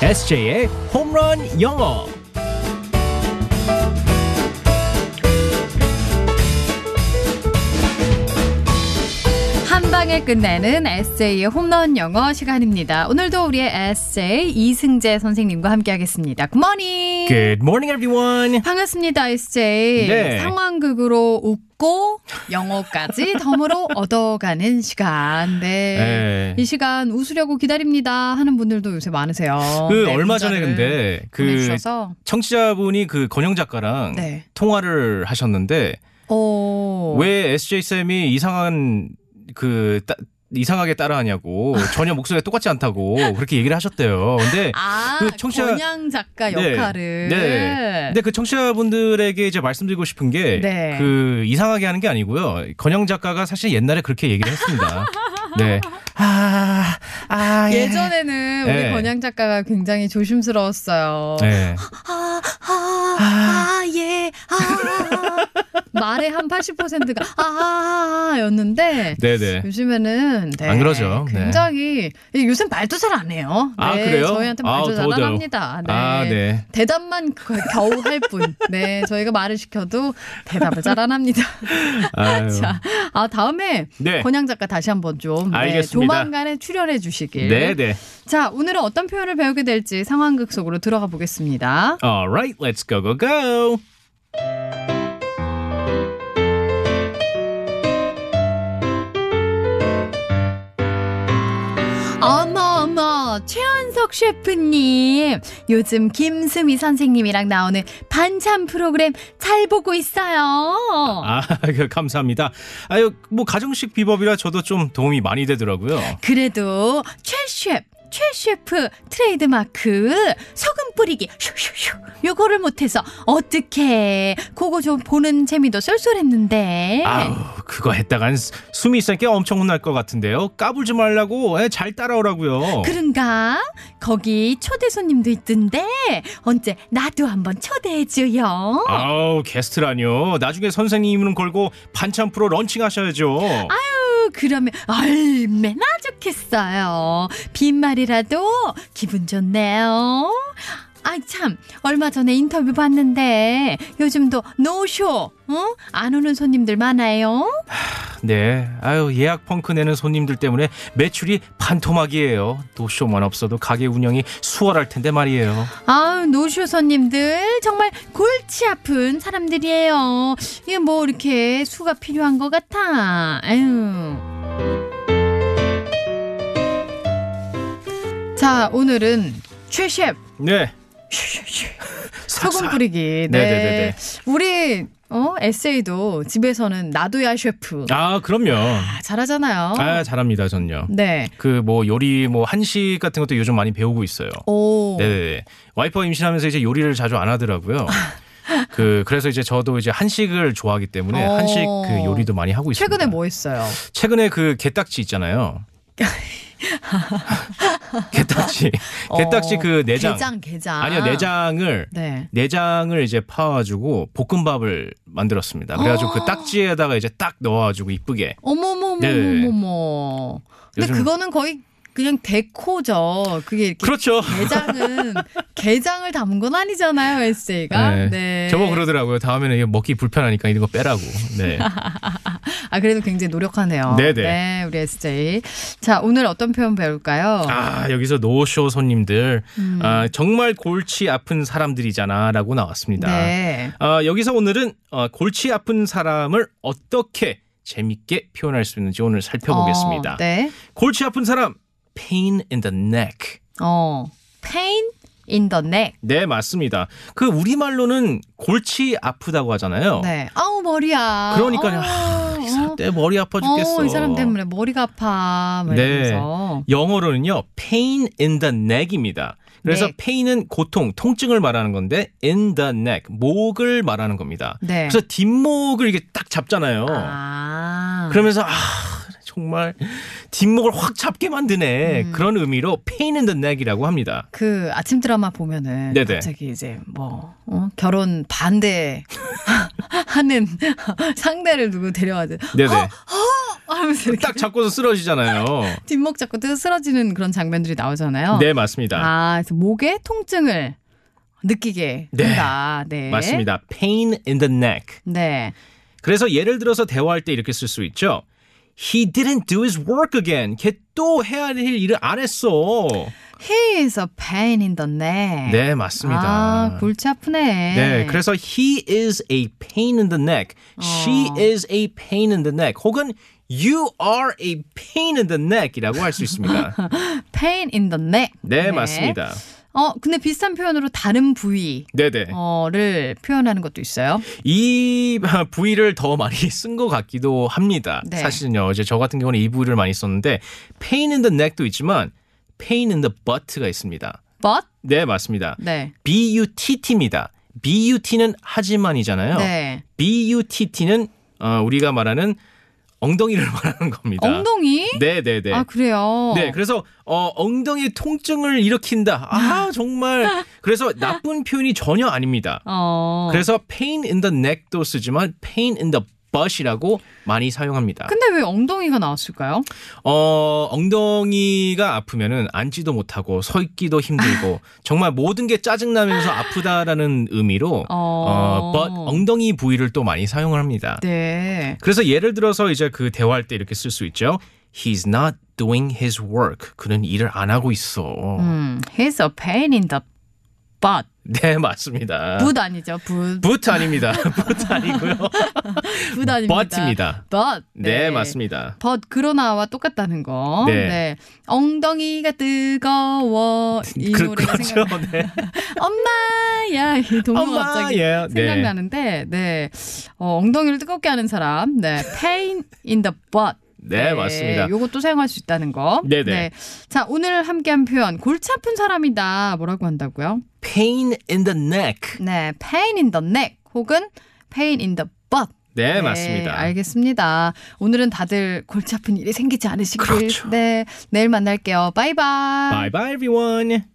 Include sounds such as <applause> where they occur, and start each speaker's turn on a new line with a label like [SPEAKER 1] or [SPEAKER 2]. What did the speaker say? [SPEAKER 1] SJ의 홈런 영어.
[SPEAKER 2] 한 방에 끝내는 에세이의 홈런 영어 시간입니다. 오늘도 우리의 에세이 이승재 선생님과 함께하겠습니다. 굿모닝.
[SPEAKER 1] Good morning, everyone.
[SPEAKER 2] 반갑습니다, 에세이.
[SPEAKER 1] 네.
[SPEAKER 2] 상황극으로 웃고 영어까지
[SPEAKER 1] <laughs>
[SPEAKER 2] 덤으로 얻어가는 시간. 네.
[SPEAKER 1] 네.
[SPEAKER 2] 이 시간 웃으려고 기다립니다 하는 분들도 요새 많으세요.
[SPEAKER 1] 그
[SPEAKER 2] 네,
[SPEAKER 1] 얼마 전에
[SPEAKER 2] 문자를
[SPEAKER 1] 근데 그
[SPEAKER 2] 보내주셔서
[SPEAKER 1] 청취자분이 그 건영 작가랑
[SPEAKER 2] 네.
[SPEAKER 1] 통화를 하셨는데
[SPEAKER 2] 어.
[SPEAKER 1] 왜 SJ 쌤이 이상한 그 따- 이상하게
[SPEAKER 2] <laughs>
[SPEAKER 1] 따라하냐고 전혀 목소리가 똑같지 않다고 그렇게 얘기를 하셨대요. 근데
[SPEAKER 2] 아,
[SPEAKER 1] 그 청취자-
[SPEAKER 2] 권양 작가
[SPEAKER 1] 네.
[SPEAKER 2] 역할을.
[SPEAKER 1] 네. 근데 그 청취자분들에게 이제 말씀드리고 싶은 게 그
[SPEAKER 2] 네.
[SPEAKER 1] 이상하게 하는 게 아니고요. 건영 작가가 사실 옛날에 그렇게 얘기를
[SPEAKER 2] <laughs>
[SPEAKER 1] 했습니다. 네. 아, 아, 예.
[SPEAKER 2] 예전에는
[SPEAKER 1] 네.
[SPEAKER 2] 우리 권양 작가가 굉장히 조심스러웠어요.
[SPEAKER 1] 네.
[SPEAKER 2] 아, 아, 아, 예, 아. <laughs> 말의 한 80%가 아, 아, 아, 였는데.
[SPEAKER 1] 네네.
[SPEAKER 2] 요즘에는 네,
[SPEAKER 1] 안 그러죠. 네.
[SPEAKER 2] 굉장히 요새 는 말도 잘 안 해요.
[SPEAKER 1] 아,
[SPEAKER 2] 네,
[SPEAKER 1] 그래요?
[SPEAKER 2] 저희한테
[SPEAKER 1] 아우,
[SPEAKER 2] 말도 잘 안
[SPEAKER 1] 더워져요.
[SPEAKER 2] 합니다. 네.
[SPEAKER 1] 아, 네.
[SPEAKER 2] <laughs> 대답만 거- 겨우 할 뿐. 네, 저희가 말을 시켜도 대답을 잘 안 합니다.
[SPEAKER 1] 아유.
[SPEAKER 2] 자, 아 다음에
[SPEAKER 1] 어. 네.
[SPEAKER 2] 권양 작가 다시 한번 좀 네,
[SPEAKER 1] 알겠습니다.
[SPEAKER 2] 조만간에 출연해 주시길.
[SPEAKER 1] 네네.
[SPEAKER 2] 자, 오늘은 어떤 표현을 배우게 될지 상황극 속으로 들어가 보겠습니다.
[SPEAKER 1] Alright, let's go, go, go.
[SPEAKER 2] 어머 어머, 최현석 셰프님, 요즘 김수미 선생님이랑 나오는 반찬 프로그램 잘 보고 있어요.
[SPEAKER 1] 아, <laughs> 그, 감사합니다. 아유, 뭐, 가정식 비법이라 저도 좀 도움이 많이 되더라고요.
[SPEAKER 2] 네. 그래도 최 셰프, 최 셰프 트레이드마크 소금 뿌리기 슈슈슈 요거를 못해서 어떡해 그거 좀 보는 재미도 쏠쏠했는데
[SPEAKER 1] 아우, 그거 했다간 수- 수미 쌤께 엄청 혼날 것 같은데요. 까불지 말라고, 예, 잘 따라오라고요.
[SPEAKER 2] 그런가? 거기 초대 손님도 있던데 언제 나도 한번 초대해줘요
[SPEAKER 1] 아우, 게스트라뇨. 나중에 선생님 이름 걸고 반찬 프로 런칭하셔야죠.
[SPEAKER 2] 아유, 그러면 얼마나 좋겠어요. 빈말이라도 기분 좋네요. 아, 참. 얼마 전에 인터뷰 봤는데 요즘도 노쇼, 어? 안 오는 손님들 많아요.
[SPEAKER 1] 네. 아유, 예약 펑크 내는 손님들 때문에 매출이 반토막이에요. 노쇼만 없어도 가게 운영이 수월할 텐데 말이에요.
[SPEAKER 2] 아, 노쇼 손님들 정말 골치 아픈 사람들이에요. 이게 뭐 이렇게 수가 필요한 것 같아. 아유. 자, 오늘은 최 셰프
[SPEAKER 1] 네.
[SPEAKER 2] 소금 뿌리기. 네.
[SPEAKER 1] 네네네네.
[SPEAKER 2] 우리 어 에세이도 집에서는 놔둬야 셰프.
[SPEAKER 1] 아, 그럼요.
[SPEAKER 2] 아, 잘하잖아요.
[SPEAKER 1] 아, 잘합니다, 전요.
[SPEAKER 2] 네.
[SPEAKER 1] 그 뭐 요리 뭐 한식 같은 것도 요즘 많이 배우고 있어요.
[SPEAKER 2] 오.
[SPEAKER 1] 네. 와이퍼 임신하면서 이제 요리를 자주 안 하더라고요. 그 그래서 이제 저도 이제 한식을 좋아하기 때문에
[SPEAKER 2] 아. 어.
[SPEAKER 1] 한식 그 요리도 많이 하고 있습니다.
[SPEAKER 2] 최근에 뭐 했어요?
[SPEAKER 1] 최근에 그 게딱지
[SPEAKER 2] <laughs>
[SPEAKER 1] 있잖아요. 게딱지. 게딱지
[SPEAKER 2] 어,
[SPEAKER 1] 그 내장.
[SPEAKER 2] 게장, 게장.
[SPEAKER 1] 아니요, 내장을
[SPEAKER 2] 네.
[SPEAKER 1] 내장을 이제 파가지고 볶음밥을 만들었습니다. 그래가지고
[SPEAKER 2] 아.
[SPEAKER 1] 그 딱지에다가 이제 딱 넣어가지고 이쁘게.
[SPEAKER 2] 어머머머머머.
[SPEAKER 1] 네.
[SPEAKER 2] 근데
[SPEAKER 1] 요즘-
[SPEAKER 2] 그거는 거의 그냥 데코죠. 그게 이렇게
[SPEAKER 1] 그렇죠. <laughs>
[SPEAKER 2] 게장은 게장을 담은 건 아니잖아요, 에세이가. 네.
[SPEAKER 1] 저거 그러더라고요. 다음에는 이거 먹기 불편하니까 이런 거 빼라고.
[SPEAKER 2] <laughs>
[SPEAKER 1] 네.
[SPEAKER 2] 아 그래도 굉장히 노력하네요.
[SPEAKER 1] 네네.
[SPEAKER 2] 네, 우리 SJ. 자, 오늘 어떤 표현 배울까요?
[SPEAKER 1] 아 여기서 노쇼 손님들
[SPEAKER 2] 음.
[SPEAKER 1] 아, 정말 골치 아픈 사람들이잖아라고 나왔습니다.
[SPEAKER 2] 네.
[SPEAKER 1] 아, 여기서 오늘은 어, 골치 아픈 사람을 어떻게 재밌게 표현할 수 있는지 오늘 살펴보겠습니다.
[SPEAKER 2] 어, 네.
[SPEAKER 1] 골치 아픈 사람 pain in the neck.
[SPEAKER 2] 어. Pain in the neck.
[SPEAKER 1] 네 맞습니다. 그 우리 말로는 골치 아프다고 하잖아요.
[SPEAKER 2] 네. 아우 머리야.
[SPEAKER 1] 어. 그러니까요.
[SPEAKER 2] 아우,
[SPEAKER 1] 하, 이 사람 때문에 머리 아파 죽겠어.
[SPEAKER 2] 어, 이 사람 때문에 머리가 아파. 막
[SPEAKER 1] 네.
[SPEAKER 2] 이러면서.
[SPEAKER 1] 영어로는요, pain in the neck입니다. 그래서
[SPEAKER 2] Neck.
[SPEAKER 1] pain은 고통, 통증을 말하는 건데 in the neck, 목을 말하는 겁니다.
[SPEAKER 2] 네.
[SPEAKER 1] 그래서 뒷목을 이게 딱 잡잖아요.
[SPEAKER 2] 아.
[SPEAKER 1] 그러면서 아 정말 뒷목을 확 잡게 만드네
[SPEAKER 2] 음.
[SPEAKER 1] 그런 의미로 pain in the neck이라고 합니다.
[SPEAKER 2] 그 아침 드라마 보면은
[SPEAKER 1] 네네.
[SPEAKER 2] 갑자기 이제 뭐 어? 결혼 <laughs> 반대 하는 <laughs> 상대를 누구 데려와서
[SPEAKER 1] 네네.
[SPEAKER 2] 아, 하면서 이렇게 <laughs>
[SPEAKER 1] 딱 잡고서 쓰러지잖아요.
[SPEAKER 2] 뒷목 잡고 또 쓰러지는 그런 장면들이 나오잖아요.
[SPEAKER 1] 네, 맞습니다.
[SPEAKER 2] 어. 아, 그래서 목의 통증을 느끼게
[SPEAKER 1] 네.
[SPEAKER 2] 된다. 네.
[SPEAKER 1] 맞습니다. Pain in the neck.
[SPEAKER 2] 네.
[SPEAKER 1] 그래서 예를 들어서 대화할 때 이렇게 쓸 수 있죠. He didn't do his work again. 걔 또 해야 할 일을 안 했어.
[SPEAKER 2] He is a pain in the neck.
[SPEAKER 1] 네, 맞습니다.
[SPEAKER 2] 아, 골치 아프네.
[SPEAKER 1] 네, 그래서 he is a pain in the neck. She
[SPEAKER 2] 어.
[SPEAKER 1] is a pain in the neck. 혹은 you are a pain in the neck이라고 할 수
[SPEAKER 2] <laughs>
[SPEAKER 1] 있습니다.
[SPEAKER 2] pain in the neck.
[SPEAKER 1] 네, 맞습니다.
[SPEAKER 2] 어, 근데 비슷한 표현으로 다른 부위.
[SPEAKER 1] 네, 네.
[SPEAKER 2] 어를 표현하는 것도 있어요.
[SPEAKER 1] 이 부위를 더 많이 <laughs> 쓴 것 같기도 합니다.
[SPEAKER 2] 네.
[SPEAKER 1] 사실은요, 이제 저 같은 경우는 이 부위를 많이 썼는데 pain in the neck도 있지만 pain in the butt가 있습니다.
[SPEAKER 2] but
[SPEAKER 1] 네, 맞습니다.
[SPEAKER 2] 네.
[SPEAKER 1] butt입니다. but는 하지만이잖아요.
[SPEAKER 2] 네.
[SPEAKER 1] butt는 어, 우리가 말하는 엉덩이를 <laughs> 말하는 겁니다.
[SPEAKER 2] 엉덩이?
[SPEAKER 1] 네, 네, 네.
[SPEAKER 2] 아, 그래요.
[SPEAKER 1] 네, 그래서 어, 엉덩이 통증을 일으킨다. 아, 정말.
[SPEAKER 2] <laughs>
[SPEAKER 1] 그래서 나쁜 표현이 전혀 아닙니다.
[SPEAKER 2] 어.
[SPEAKER 1] 그래서 pain in the neck도 쓰지만 pain in the butt이라고 많이 사용합니다.
[SPEAKER 2] 근데 왜 엉덩이가 나왔을까요?
[SPEAKER 1] 어, 엉덩이가 아프면은 앉지도 못하고 서 있기도
[SPEAKER 2] <laughs>
[SPEAKER 1] 힘들고 정말 모든 게 짜증나면서 아프다라는 의미로
[SPEAKER 2] 어.
[SPEAKER 1] 어, but 엉덩이 부위를 또 많이 사용을 합니다.
[SPEAKER 2] 네.
[SPEAKER 1] 그래서 예를 들어서 이제 그 대화할 때 이렇게 쓸 수 있죠. He's not doing his work. 그는 일을 안 하고 있어.
[SPEAKER 2] 음, he's a pain in the butt.
[SPEAKER 1] 네, 맞습니다.
[SPEAKER 2] 붓 아니죠. 붓.
[SPEAKER 1] but 아닙니다. <laughs> but
[SPEAKER 2] <laughs>
[SPEAKER 1] 아니고요.
[SPEAKER 2] 붓 아닙니다.
[SPEAKER 1] but입니다.
[SPEAKER 2] but.
[SPEAKER 1] 네, 맞습니다.
[SPEAKER 2] but 그러나와 똑같다는 거.
[SPEAKER 1] 네.
[SPEAKER 2] 엉덩이가
[SPEAKER 1] <laughs>
[SPEAKER 2] 뜨거워. 이
[SPEAKER 1] 그,
[SPEAKER 2] 노래가
[SPEAKER 1] 그렇죠.
[SPEAKER 2] 생각.
[SPEAKER 1] 네.
[SPEAKER 2] 엄마야. 이 동물
[SPEAKER 1] 엄마,
[SPEAKER 2] 갑자기
[SPEAKER 1] 예.
[SPEAKER 2] 생각나는데, 네. 어, 엉덩이를 뜨겁게 하는 사람. 네. pain in the butt.
[SPEAKER 1] 네, 맞습니다.
[SPEAKER 2] 요것도 사용할 수 있다는 거.
[SPEAKER 1] 네네.
[SPEAKER 2] 자, 오늘 함께한 표현 골치 아픈 사람이다. 뭐라고 한다고요?
[SPEAKER 1] Pain in the neck.
[SPEAKER 2] 네, pain in the neck 혹은 pain in the butt.
[SPEAKER 1] 네, 맞습니다.
[SPEAKER 2] 알겠습니다. 오늘은 다들 골치 아픈 일이 생기지 않으시길.
[SPEAKER 1] 그렇죠.
[SPEAKER 2] 네, 내일 만날게요. 바이바이.
[SPEAKER 1] Bye bye everyone.